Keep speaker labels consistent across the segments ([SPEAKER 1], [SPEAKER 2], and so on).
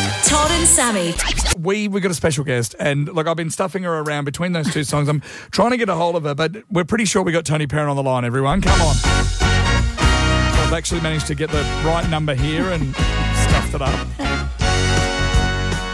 [SPEAKER 1] and Sammy.
[SPEAKER 2] we we got a special guest, and look, I've been stuffing her around between those two songs. I'm trying to get a hold of her, but we're pretty sure we got Tony Parent on the line. Everyone, come on! So I've actually managed to get the right number here and stuffed it up.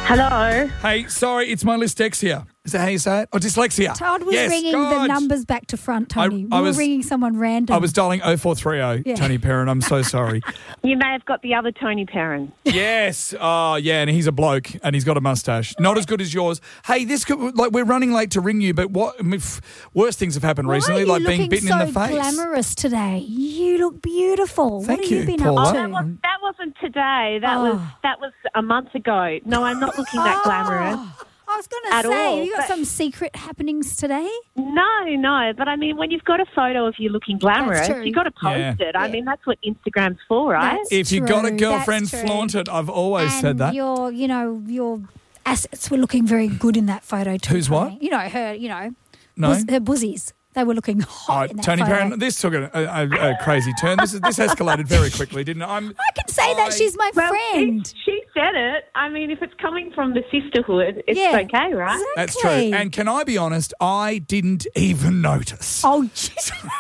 [SPEAKER 3] Hello.
[SPEAKER 2] Hey, sorry, it's my dyslexia. Is that how you say it? Oh, dyslexia.
[SPEAKER 4] Todd was
[SPEAKER 2] Yes,
[SPEAKER 4] ringing the
[SPEAKER 2] God.
[SPEAKER 4] numbers back to front,
[SPEAKER 2] I-
[SPEAKER 4] Tony.
[SPEAKER 2] I
[SPEAKER 4] we
[SPEAKER 2] was-
[SPEAKER 4] were ringing someone random.
[SPEAKER 2] I was dialing 0430,
[SPEAKER 4] Yeah.
[SPEAKER 2] Tony Parent. I'm so sorry.
[SPEAKER 3] You may have got the other Tony Perrin.
[SPEAKER 2] Yes. Oh, yeah. And he's a bloke, and he's got a mustache. Not as good as yours. Hey, this could like we're running late to ring you, but what? I mean, f- worse things have happened
[SPEAKER 4] Why
[SPEAKER 2] recently,
[SPEAKER 4] are you
[SPEAKER 2] like being
[SPEAKER 4] looking
[SPEAKER 2] bitten
[SPEAKER 4] so
[SPEAKER 2] in the face.
[SPEAKER 4] glamorous today. You look beautiful.
[SPEAKER 2] Thank
[SPEAKER 4] what have you,
[SPEAKER 2] you,
[SPEAKER 4] been
[SPEAKER 2] Paula.
[SPEAKER 4] up
[SPEAKER 3] That, was,
[SPEAKER 4] to?
[SPEAKER 3] that wasn't today. That
[SPEAKER 4] Oh.
[SPEAKER 3] was that was a month ago. No, I'm not looking that glamorous.
[SPEAKER 4] Oh, I was going
[SPEAKER 3] At
[SPEAKER 4] to say,
[SPEAKER 3] all,
[SPEAKER 4] have you got
[SPEAKER 3] but-
[SPEAKER 4] some secret happenings today?
[SPEAKER 3] No, no. But I mean, when you've got a photo of you looking glamorous,
[SPEAKER 4] true.
[SPEAKER 3] you've got to post
[SPEAKER 2] Yeah.
[SPEAKER 3] it. I mean, that's what Instagram's for, right?
[SPEAKER 4] That's
[SPEAKER 2] If you got a
[SPEAKER 4] true,
[SPEAKER 2] girlfriend,
[SPEAKER 4] that's true.
[SPEAKER 2] flaunt it. I've always
[SPEAKER 4] and
[SPEAKER 2] said that.
[SPEAKER 4] Your, you know, your assets were looking very good in that photo too.
[SPEAKER 2] Who's
[SPEAKER 4] Tony.
[SPEAKER 2] what?
[SPEAKER 4] You know, her, you know,
[SPEAKER 2] No.
[SPEAKER 4] bus- her buzzies. They were looking
[SPEAKER 2] All
[SPEAKER 4] hot
[SPEAKER 2] right,
[SPEAKER 4] in that
[SPEAKER 2] Tony
[SPEAKER 4] photo.
[SPEAKER 2] Parent, this took a, a, a- a crazy turn. This is, this escalated very quickly, didn't it? I'm,
[SPEAKER 4] I can say that
[SPEAKER 2] I-
[SPEAKER 4] she's my
[SPEAKER 3] Well,
[SPEAKER 4] friend.
[SPEAKER 3] She, she said it. I mean, if it's coming from the sisterhood, it's
[SPEAKER 4] Yeah.
[SPEAKER 3] okay, right?
[SPEAKER 2] That's
[SPEAKER 4] Exactly.
[SPEAKER 2] true. And can I be honest? I didn't even notice.
[SPEAKER 4] Oh, you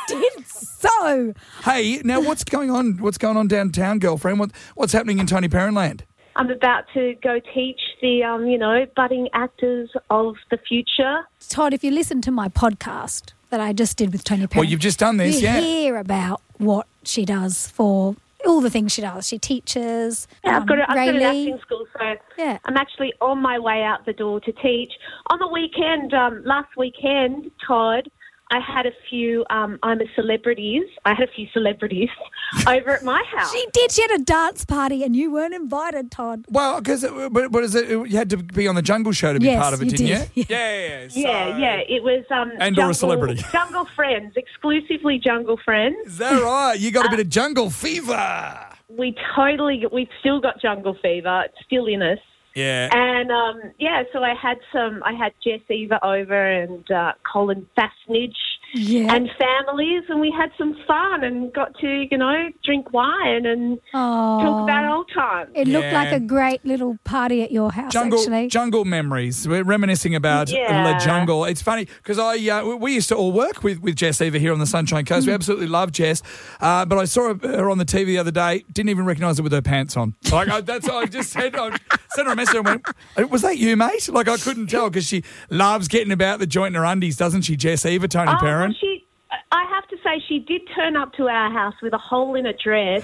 [SPEAKER 4] did so.
[SPEAKER 2] Hey, now what's going on? What's going on downtown, girlfriend? What, what's happening in Tony Parentland?
[SPEAKER 3] I'm about to go teach the, um, you know, budding actors of the future.
[SPEAKER 4] Todd, if you listen to my podcast that I just did with Tony Perry,
[SPEAKER 2] Well, you've just done this,
[SPEAKER 4] you
[SPEAKER 2] yeah.
[SPEAKER 4] hear about what she does for all the things she does. She teaches.
[SPEAKER 3] Yeah,
[SPEAKER 4] um,
[SPEAKER 3] I've got, a, I've got an
[SPEAKER 4] Rayleigh.
[SPEAKER 3] acting school, so
[SPEAKER 4] Yeah.
[SPEAKER 3] I'm actually on my way out the door to teach. On the weekend, um, last weekend, Todd, I had a few. Um, I'm a celebrities. I had a few celebrities over at my house.
[SPEAKER 4] She did. She had a dance party, and you weren't invited, Todd.
[SPEAKER 2] Well, because but, but is it, you had to be on the Jungle Show to be
[SPEAKER 4] Yes,
[SPEAKER 2] part of it,
[SPEAKER 4] you
[SPEAKER 2] didn't
[SPEAKER 4] did.
[SPEAKER 2] you?
[SPEAKER 4] Yeah.
[SPEAKER 2] Yeah, yeah. so-
[SPEAKER 3] yeah, yeah. It was um,
[SPEAKER 2] And or a celebrity.
[SPEAKER 3] Jungle Friends, exclusively Jungle Friends.
[SPEAKER 2] Is that right? You
[SPEAKER 3] Uh,
[SPEAKER 2] got a bit of jungle fever.
[SPEAKER 3] We totally, we've still got Jungle Fever. It's still in us.
[SPEAKER 2] Yeah.
[SPEAKER 3] And um, yeah, so I had some. I had Jess Eva over and uh, Colin Fastnage
[SPEAKER 4] Yeah.
[SPEAKER 3] and families, and we had some fun and got to you know drink wine and talk
[SPEAKER 4] Oh,
[SPEAKER 3] about old times.
[SPEAKER 4] it looked
[SPEAKER 2] Yeah.
[SPEAKER 4] like a great little party at your house,
[SPEAKER 2] Jungle,
[SPEAKER 4] actually.
[SPEAKER 2] jungle memories. We're reminiscing about
[SPEAKER 3] Yeah.
[SPEAKER 2] the jungle. It's funny because I uh, we- we used to all work with, with Jess Eva here on the Sunshine Coast.
[SPEAKER 3] Mm.
[SPEAKER 2] We absolutely love Jess, uh, but I saw her on the TV the other day. Didn't even recognise her with her pants on. Like I, that's I just said. I sent her a message and went, "Uh, "Was that you, mate?" Like I couldn't tell because she loves getting about the joint in her undies, doesn't she, Jess Eva? Tony
[SPEAKER 3] Oh,
[SPEAKER 2] Perrin.
[SPEAKER 3] she, I have to say, she did turn up to our house with a hole in a dress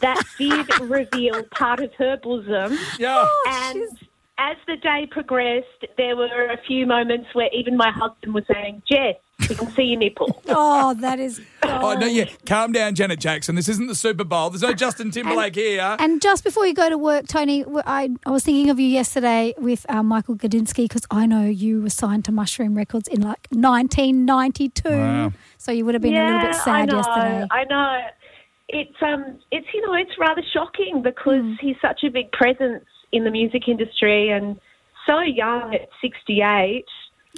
[SPEAKER 3] that did reveal part of her bosom.
[SPEAKER 2] yeah.
[SPEAKER 3] And as the day progressed, there were a few moments where even my husband was saying, "Jess, we can see your nipple."
[SPEAKER 4] Oh, that is.
[SPEAKER 2] Oh, no, yeah. Calm down, Janet Jackson. This isn't the Super Bowl. There's no Justin Timberlake here.
[SPEAKER 4] And just before you go to work, Tony, w- I, I was thinking of you yesterday with uh, Michael Gadinsky because I know you were signed to Mushroom Records in like 1992.
[SPEAKER 2] Wow.
[SPEAKER 4] So you would have been a little bit
[SPEAKER 3] I
[SPEAKER 4] sad
[SPEAKER 3] know.
[SPEAKER 4] yesterday.
[SPEAKER 3] I know. It's um, it's you know, it's rather shocking because
[SPEAKER 4] Hmm.
[SPEAKER 3] he's such a big presence in the music industry and so young at sixty eight.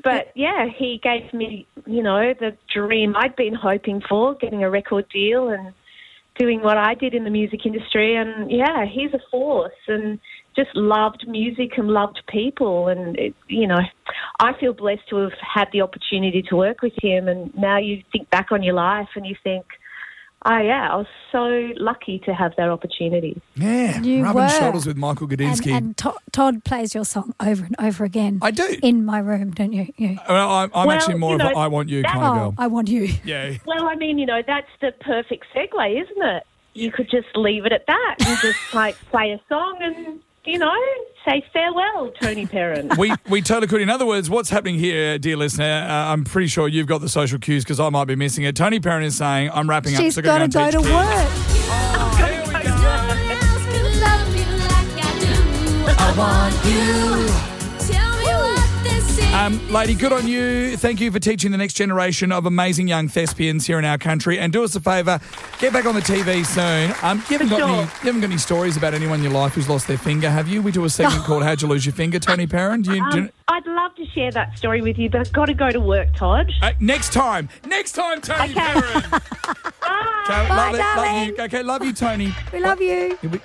[SPEAKER 3] But yeah, he gave me you know the dream I'd been hoping for, getting a record deal and doing what I did in the music industry. And yeah, he's a force and just loved music and loved people. And, it, you know, I feel blessed to have had the opportunity to work with him. And now you think back on your life and you think, oh, yeah, I was so lucky to have that opportunity.
[SPEAKER 2] Yeah.
[SPEAKER 4] You
[SPEAKER 2] rubbing
[SPEAKER 4] were.
[SPEAKER 2] shoulders with Michael
[SPEAKER 4] And,
[SPEAKER 2] Gadinsky.
[SPEAKER 4] and to- Todd plays your song over and over again.
[SPEAKER 2] I do.
[SPEAKER 4] In my room, don't you? you.
[SPEAKER 2] Well, I'm, I'm
[SPEAKER 3] Well,
[SPEAKER 2] actually more
[SPEAKER 3] you
[SPEAKER 2] of a
[SPEAKER 3] know,
[SPEAKER 2] I want you kind of
[SPEAKER 4] oh,
[SPEAKER 2] girl.
[SPEAKER 4] I want you.
[SPEAKER 2] yeah.
[SPEAKER 3] Well, I mean, you know, that's the perfect segue, isn't it? You could just leave it at that and just like play a song and, you know, say farewell, Tony Perrin.
[SPEAKER 2] We, we totally could. In other words, what's happening here, dear listener? Uh, I'm pretty sure you've got the social cues because I might be missing it. Tony Perrin is saying, I'm wrapping
[SPEAKER 4] She's
[SPEAKER 2] up.
[SPEAKER 4] got to go to work.
[SPEAKER 1] I want you. Tell me what this is.
[SPEAKER 2] Um, lady, good on you. Thank you for teaching the next generation of amazing young thespians here in our country. And do us a favour, get back on the TV soon. Um, you, haven't got any, you
[SPEAKER 3] sure.
[SPEAKER 2] haven't got any stories about anyone in your life who's lost their finger, have you? We do a segment called How'd You Lose Your Finger, Tony Perrin. Do you, do you,
[SPEAKER 3] Um, I'd love to share that story with you, but I've got to go to work, Todd.
[SPEAKER 2] uh, next time. Next time, Tony
[SPEAKER 3] Okay.
[SPEAKER 2] Perrin.
[SPEAKER 3] Bye.
[SPEAKER 2] Okay,
[SPEAKER 4] Bye,
[SPEAKER 2] love it. Love you.
[SPEAKER 4] darling.
[SPEAKER 2] Okay, love you, Tony.
[SPEAKER 4] We love you.
[SPEAKER 2] We,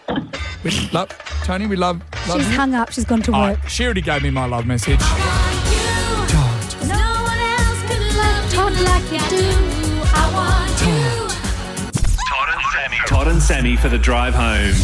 [SPEAKER 2] we love Tony. We love. love
[SPEAKER 4] She's
[SPEAKER 2] you.
[SPEAKER 4] hung up. She's gone to
[SPEAKER 2] All
[SPEAKER 4] work.
[SPEAKER 2] right, she already gave me my love message.
[SPEAKER 1] want you.
[SPEAKER 2] God.
[SPEAKER 1] No one else could love you
[SPEAKER 4] Talk
[SPEAKER 1] like I do. I want you.
[SPEAKER 5] Todd and Sammy. Todd and Sammy for the drive home.